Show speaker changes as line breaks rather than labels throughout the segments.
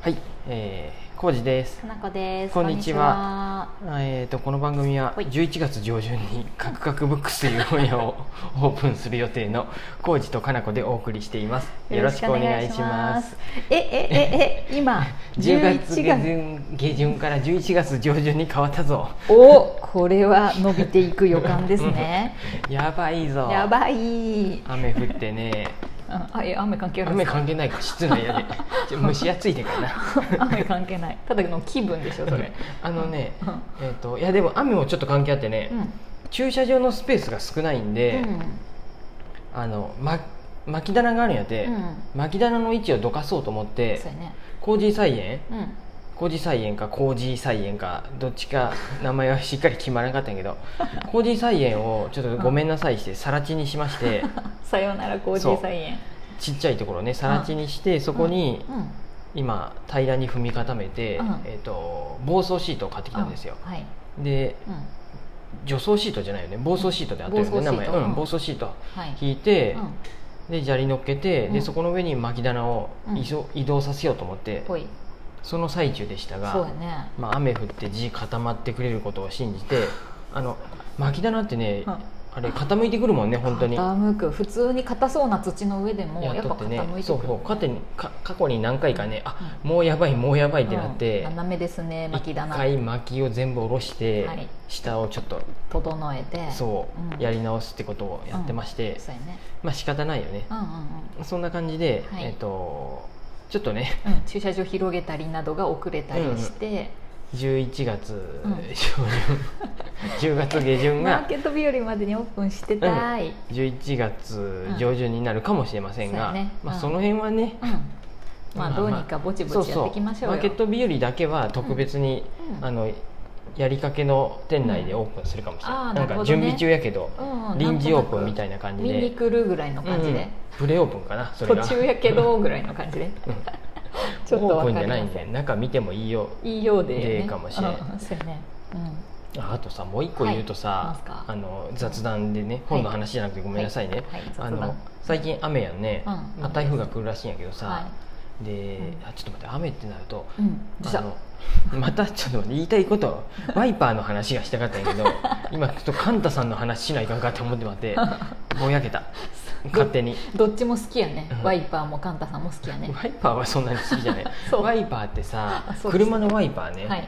はい、えー、浩二です。
かなこです。
こんにちは
こんに
えー、とこの番組は
はい
11月上旬に「カクカクブックス」という本屋 をオープンする予定の浩二とかなこでお送りしています
ちは。
よろしくお願いします。。
えええ え今
10月下
11
旬下旬から11月上旬に変わったぞ
おこれは伸びていく予感です ね。
やばいぞ
やばい。
雨降って ね
ああえ雨関係あるんで
雨
すか。
関係ないから室内やでちょ蒸し暑いねんからな
雨関係ない。ただの気分でし ょそれ。
あのね
うん
えっ、といやでも雨もちょっと関係あってね、
うん。
駐車場のスペースが少ないんで、あの、ま、巻き棚があるんやて、
うん
巻き棚の位置をどかそうと思っ
うん
て
そうやね。
工事菜園
うん。
工事菜園か工事菜園かどっちか名前はしっかり決まらなかったんやけ ど工事菜園をちょっとごめんなさいしてさら地にしま して
さようなら工
そう
事菜園。
ちっちゃいところねさら地にしてそこに
うんうん
今平らに踏み固めて、
うん
えっと防走シートを買ってきたんですよ
あはい。
で
うん。
除草シートじゃないよね防走シートであったよね
防
名
草シー
前、
ト
う、
うんん
防走シート
はい。
引いて、
うん。
で砂利乗っけて、
う
で
ん
そこの上に巻き棚を
うん
移動移動させようと思って、
ぽい。
その最中でした
そう
が
や、ね。
まあ、雨降って地固まってくれることを信じてあの巻き棚ってね、
うん
あれ傾いてくるもんね本当に。
傾く普通に硬そうな土の上でもやっぱ
とね
傾いてくる
そうそう過去にか過去に何回かねあもうやばいもうやばいってなって
うん、斜めですね巻き
一
棚
回巻きを全部下ろして、
はい
下をちょっと
整えて
そう、
うん
やり直すってことをやってまして、
そうやね
まあ仕方ないよね
うんうん
そんな感じで、
はい
えっ、とちょっとね
うん、うん、駐車場広げたりなどが遅れたりして、
11月
うん
上旬、10月下旬
マー
が
ケット日和までにオープンしてたい、
11月上旬になるかもしれませんが、
うんそうやね
まあ、
うん
その辺はね、
うんまあどうにかぼちぼちやっていきましょう
マー
よ、
ケット日和だけは特別に、
うん
あのやりかけの店内でオープンするかもしれない、
うんあ
な
ー
ん
なる
か
ほどね
準備中やけど、
うんうん
臨時オープンみたいな感じ
見に
で、
来るぐらいの感じ
うんう
で
ん、プレオープンかなそれ
途
が
中やけどぐらいの感じで
うん
ちょっと
オー
わ
プン
か
じゃ
りま
な
せ
い
ん
んで中見てもいいよ
いいようで、ね、
でかもしれん
うんそうやね、うん
ああとさもう一個言うと
はい
さ
何、すか
あの雑談でね本の話じゃなくてごめんなさいね、
はいはい雑
あ
談
の最近雨やんね、
うん
まあ、台風が来るらしいんやけどさ、
は
で、
うん
あちょっと待って雨ってなると、
い、うん、どうした
あのまたちょっと待って言いたいこと ワイパーの話がしたかったんやけど今ちょっとカンタさんの話しないかんかって思って待っ てぼやけた勝手に。
どっちも好きやね、
うん
ワイパーもカンタさんも好きやね
ワイパーはそんなに好きじゃない
そう
ワイパーってさ
あそうです
車のワイパーね、
はい、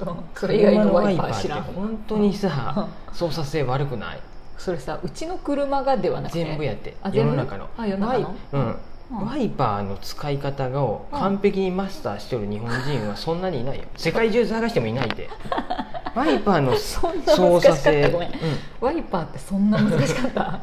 うんそれ以外のワイパー知ら
車のワイパーって
ん
本当にさ操作性悪くない
それさうちの車がではなくて
全部やって
あ
世
全部
の中の
あ世の中の
ワイうん
うん
ワイパーの使い方を完璧にマスターしてる日本人はそんなにいないよ世界中探してもいない でワイパーの
そんな
操
難しか
作
った
性
ごめん
う
ワイパーってそんな難しかった
ん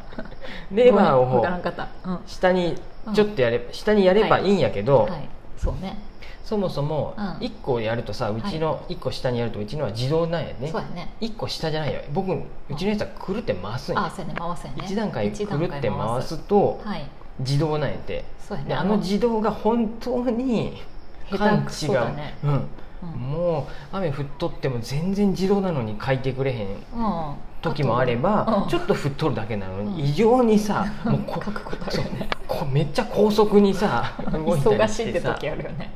レバー
ごめんわからん
を
かった、うん、は
下にちょっとやれ下にやればいいんやけど
いそうね
そもそも
うん
1個やるとさうちの1個下にやるとうちのは自動なんやね
そうやね
1個下じゃないよ僕うちのやつはくるって回すん
あ
や
そうやね回すやね
1段階くるって
一段階
回すと
はい
自動なんやて
そうやね
であの自動が本当に
下手くそだね
感知
う
がうん
ん、
もう雨降っとっても全然自動なのに書いてくれへん
うん
時もあれば
うん
ちょっと降っとるだけなの
う
に
ん
異常にさもう
書
こ
くことある
そう
よね
こめっちゃ高速に さ動いた
忙
り
しいって
さ
時あるよね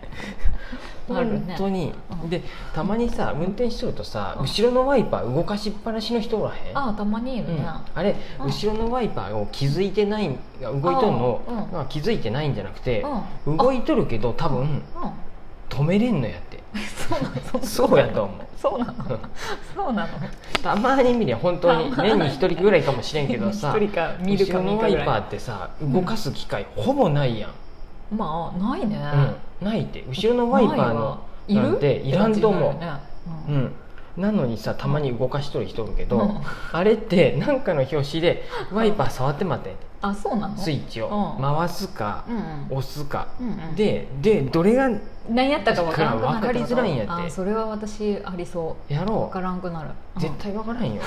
あ る
本
ね
当に
うん
でたまにさ運転しとるとさ
うん
後ろのワイパー動かしっぱなしの人おらへん
あたまにいる
う
ね、
んあれ
うん
後ろのワイパーを気づいてない動いとる
うん
の
うん
が気づいてないんじゃなくて
うん
動いとるけど多分
うん
止めれんのやって
そう
そ
なの
うやと思う
そうなのそう なの
たまに見りゃ本当に
たま
年
に
に1人ぐらいかもしれんけどさ
一人か見る
後
か
ろ
見
の
る
ワ
か
イ
ぐ
パー
ら
ってさ動かす機会ほぼないやん、
いまあないね、
うん、ないって後ろのワイパーの
ないわ
なんていらんと思う
って感
う
じだよね
ん、なのにさたまに動かしとる人おるけど、
うん
あれってなんかの拍子でワイパー触って待って
あそうなの
スイッチを
うん
回すか
うん
押すか
うんうん
ででどれが
何やったか分からんくなる
分かりづらいんやって
あそれは私ありそ
や
う
ろ
分からんくなる、
う絶対わからんよ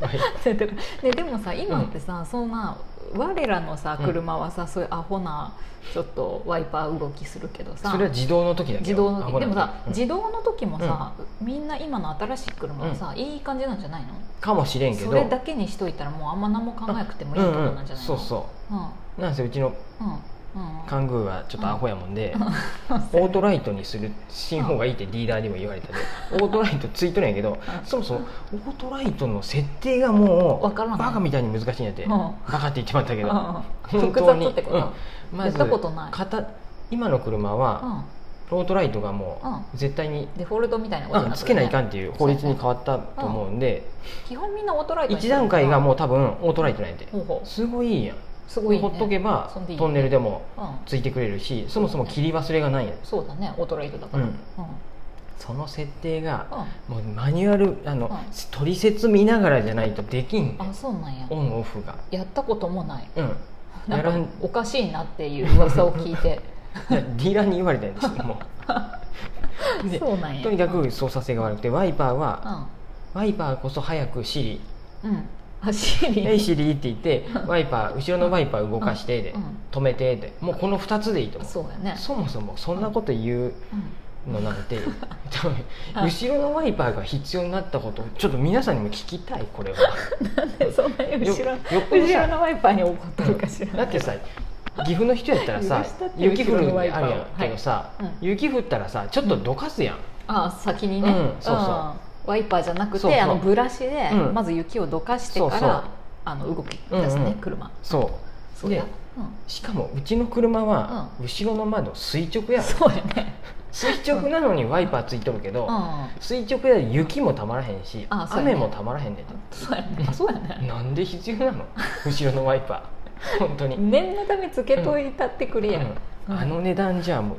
ワイ
対 ででもさ今ってさ、そんな我らのさ
うん
車はさ、そういうアホなちょっとワイパー動きするけどさ
それは自動の時だけ
自動
あほら
のでもさ、
うん
自動の時もさ、みんな今の新しい車はさ、いい感じなんじゃないの
かもしれんけど
それだけにしといたらもうあんま何も考えなくてもいいってことなんじゃないの
うんうんそうそうなんせうちの
うんうんうん
カングーはちょっとアホやもんで、 オートライトにするしん方がいいってリーダーにも言わ れたで、オートライトついとるんやけど、
ん
そもそもオートライトの設定がも
わ
う
からん
バカみたいに難しいんやって、
うん
バカって言ってまったけど、
うん
本当に
複雑ってこと
うん
やったことない
片今の車は、オートライトがもう絶対に
う、んデフォルトみたいなことに
うん
なって
つ
る
け
ね
ないかんっていう法律に変わったと思うんで、
基本みんなオートライトにし
一
てる
段階がもう多分オートライトなんやて、
ほうほう
すごいいいやん
すごいね
ほっとけば
そんでいいね
トンネルでも
うん
ついてくれるしそもそも切り忘れがないやん
そうだねオートライトだから
う
うん
んその設定が
うん
もうマニュアルあの、
うん
取説見ながらじゃないとできん
あそうなんや
オンオフが
やったこともない
うん
なん
やらん
かおかしいなっていう噂を聞いて
ディーラーに言われたんですよもう で
そうなんや
とにかく操作性が悪くてワイパー
う
は
ん
ワイパーこそ早く Siri
うん走
「
り
えい Siri」って言って
うん
ワイパー後ろのワイパー動かしてで
うん
止めてでもうこの2つでいいと思う
そうやね
そもそもそんなこと言う
うん
のなん て多分
はい
後ろのワイパーが必要になったことちょっと皆さんにも聞きたいこれは
でそんなに 後ろ
よよっぽどさ
後ろのワイパーに怒ってるかしら
だってさ岐阜の人やったらさ
許したって
雪降る
後ろ
ん
の
で
ワイパ
あ
ー
る
を
やんけどさ、
はいうん
雪降ったらさちょっとどかすやん、
あ先にね、
うんそうそうん
ワイパーじゃなくて
そうそう
あのブラシで
うん
まず雪をどかしてから、
そうそう
あの動き出すね、
うんうん
車
そ
そうう
で
や、う
しかもうちの車は後ろの窓垂直や
ん、
ん
そうやね、
垂直なのにワイパーついとるけど、
うん、あ
垂直やで雪もたまらへんし、
あそうやね
雨もたまらへんねんて
そうやねあそうやね
なんで必要な の後ろのワイパー本当に、
念のためつけといたってくれや、うん
うんあの値段じゃもうい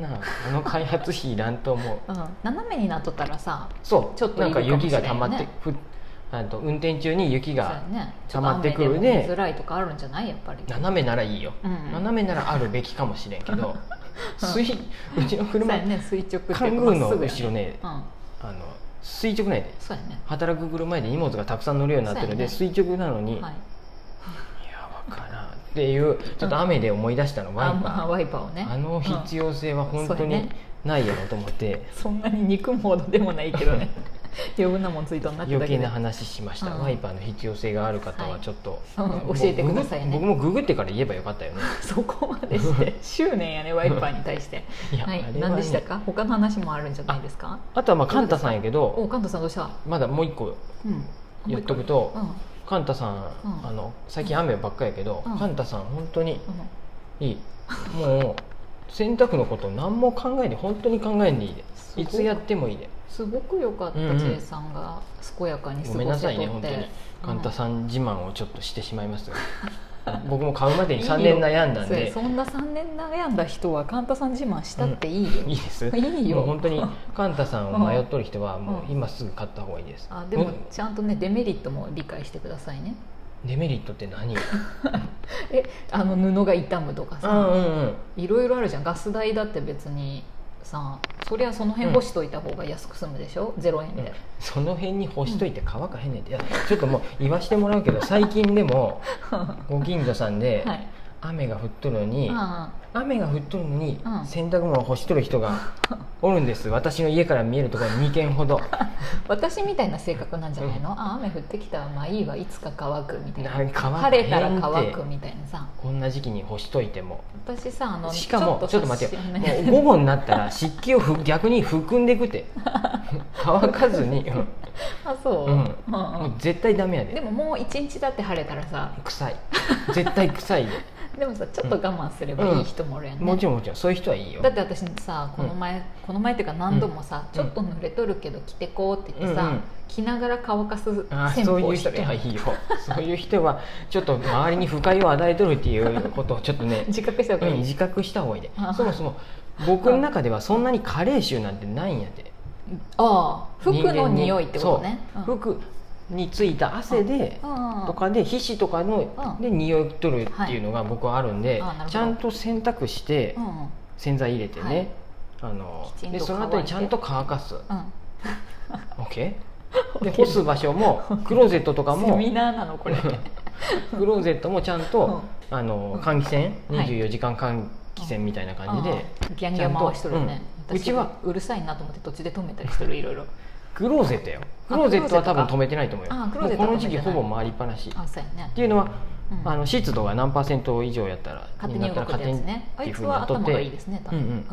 らんなあの開発費いらんと思う
斜めになっとったらさ
そう
ちょっと
ないん
る
か
かもしれんね
雪が溜まってふあと運転中に雪
そうや
が
ね
溜まってくるね
ちょと雨でも見づらいとかあるんじゃないやっぱり
斜めならいいよ、
うん
斜めならあるべきかもしれんけ ど
うん
水うちの
そう
車
やね垂直っていうか
カングーの
まっす
後
ぐや
ろ
ね
ね
うん
あの垂直ないで
そうやね
働く車で荷物がたくさん乗るようになってるので、
そ
垂直なのに、
はい
い、やわからんっていうちょっと雨で思い出したの、ワイ
あ
パ
ま
ー、
あワイパーをね
あの必要性は本当
うんそうや
に
ね
ないやろと思って
そんなに憎むほどでもないけど ね余分なもんついとんなって
余
だけ
計
で
な話しました、
うん
ワイパーの必要性がある方はちょっと、
はい うん教えてくださいね
僕もググってから言えばよかった よね
そこまでして 執念やねワイパーに対して
いや
はい
あれはね
何でしたか他の話もあるんじゃないですか
あとはまあカンタさんやけ
お
ど
カントさんどうした
まだもう一個
うん
言っとくと、
うんうん
カンタさん、
うん
あの最近雨ばっかやけど、
うん
カンタさん本当にいいもう洗濯のこと何も考えんで本当に考えんでいいで
すごい
いつやってもいいです
ごく良かった
うんうん
J さんが健やかに過
ごめん
ご
な
し
さ
て
いね
とっ
本当に
て
カンタ
さ
さん自慢をちょっとしてしまい ますが僕も買うまでに3年悩んだんで
そんな3年悩んだ人はカンタさん自慢したっていいよ
いいです
いいよ
もう本当にカンタさんを迷っとる人はもう今すぐ買った方がいいです、
あでも
うん
ちゃんとねデメリットも理解してくださいね
デメリットって何
えあの布が傷むと
う
か
んう
さ
んうん
いろいろあるじゃんガス代だって別にさそりゃその辺干しといた方が安く済むでしょ、0円で、
その辺に干しといて乾かへんねんていやちょっともう言わしてもらうけど最近で もご近所さんで
はい
雨が降っとるのに、
あ
雨が降っとるのに
うん
洗濯物を干しとる人 がおるんです私の家から見えるところに2軒ほど
あ私みたいな性格なんじゃないの、あ雨降ってきたらまあいいわいつか乾くみたいな
なんか乾か
晴れたら
へんて
乾くみたいなさ
こんな時期に干しといても
私さあの
しかもちょっと待ってよ、
写真ね
もう午後になったら湿気をふ逆に含んでく て乾かずに、うん
あそう、
うん
うん
もう絶対ダメや
で
で
ももう一日だって晴れたらさ
臭い絶対臭いで
でもさちょっと我慢すればいい人もおるやんね、
もちろんもちろんそういう人はいいよ
だって私さこの前、この前っていうか何度もさ、ちょっと濡れとるけど着てこうって言ってさ、
うんうん
着ながら乾かす
あー
戦
そう
法
いう
をし
人
てるや
は
ん
いいよそういう人はちょっと周りに不快を与えとるっていうことをちょっとね、
自覚した方
う
が
ん、
いい、
自覚した方がいいで
あ
そもそも僕の中ではそんなに加齢臭なんてないんやで
ああ服
人間
の
に
匂いってことね
そう
うん
服についた汗で
うん
とかで皮脂とかの
うん
で匂いとるっていうのが僕はあるんで、
はいあなるほど
ちゃんと洗濯して
うんうん
洗剤入れてね、
はい
あの
きちんと
でその後
乾い
に
て
ちゃんと乾かす
うん
OK で干す場所もクローゼットとか
セ
も
ミナーなの これ
クローゼットもちゃんと、あの換気扇、
はい
24時間換気扇みたいな感じで、
うんギャンギャン回しとるよね
ちゃんとうん
私
うちは
うるさいなと思って途中で止めたりしてるいろいろ
クローゼットよ
あ
クローゼットは多分
ク
止
ロ
めてないと思うよ
あク
も
ローゼ
う
ット
こ
は
の
止
時
めて
期
ない
ほぼ回りっぱなしっ
あそうやね
ていうのは
うん
あの湿度が何パーセント以上やったら
勝手に動
な
く
ったら
やつ
勝手に
ねあ
ってい
いうつ
ふうに
は
やっとっ
頭
て
がいいですね多分
うん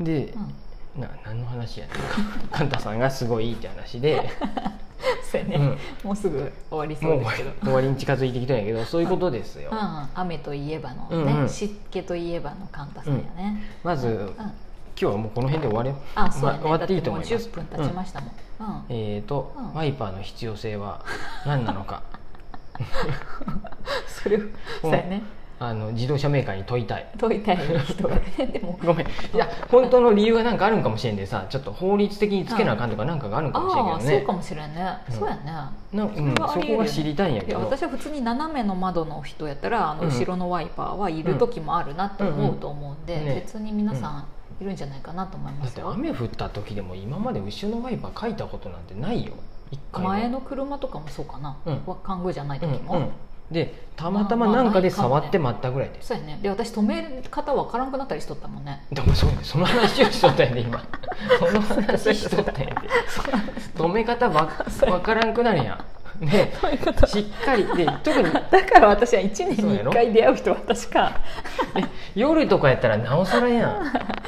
で、
うんうん
な何の話やねん かカンタさんがすごいいいって話で、
そうや
う
ね、
ん、
もうすぐ終わり そ
も
う
う
ですけど、
終わりに近づいてきたんやけどそういうことですよ、
うん、雨といえばのね、
うんうん
湿気といえばのカンタさんやね、
まず、
うん
今日はもうこの辺で終わり
あそうやね
終わっていいと思い
だ
ま
っ
す
てもう10分経ちましたもん、うん
うんえーと、
うん
ワイパーの必要性は何なのか
それを、そうやね
あの自動車メーカーに問いたい
解いたい人がねでも
ごめんいや本当の理由が何かあるんかもしれんでさちょっと法律的につけなあかんとか何かがある んかもしれん
ああ
けど
そ
ね
うかもしれんね、
うん
そうやね
なうん
それはあ
そ
りえる
こが知りたいんや
い
け
や
ど
私は普通に斜めの窓の人やったらあの
うん
後ろのワイパーはいる時もあるなって思うと思うんで、
うんね
別に皆さんいるんじゃないかなと思いま
だっ
す
て
よ、
雨降った時でも今まで後ろのワイパー書いたことなんてないよ一回も
前の車とかもそうかな、
うん
わ看護じゃない時も、
うんうんでたまたまなんかで触って待ったぐらいです
そうやねで私止め方わからんくなったりしとったも んね
でもそうねその話をしとったんやで 今その話しとったんやで止め方わわからんくなるやんね
そういうこと
しっかりで特に
だから私は1年
そう
に
やろ
1回出会う人は確か
夜とかやったらなおさらやん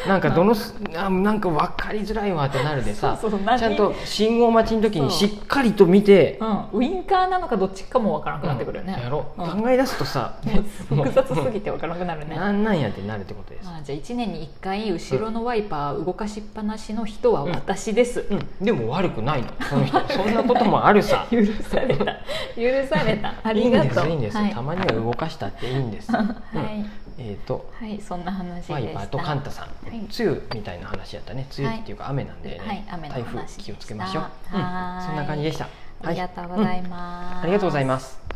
なんかどのすあなんか分かりづらいわってなるでさ
そうそう何
ちゃんと信号待ちの時にしっかりと見て
うん、ウインカーなのかどっちかもわからなくなってくるよね、
やろう
うん
考え出すとさ
もう複雑すぎてわからなくなるね、
なんなんやってなるってことです
まあ、じゃあ1年に1回後ろのワイパー動かしっぱなしの人は私です、
うんでも悪くないのその人そんなこともあるさ
許された許された あ
いい
り
ん
が
です
とう
いいんです、
はい、
たまには動かしたっていいんです、
は
うん
い、
えっ、と
はい、そんな話でした
ワイパーとカンタさん、
い
梅雨みたいな話やったね梅雨っていうか雨なんでね、
はい雨の
台
話
風気をつけましょう
でし、た
うん
はーい
そんな感じでした
ありがとうございます、
うんありがとうございます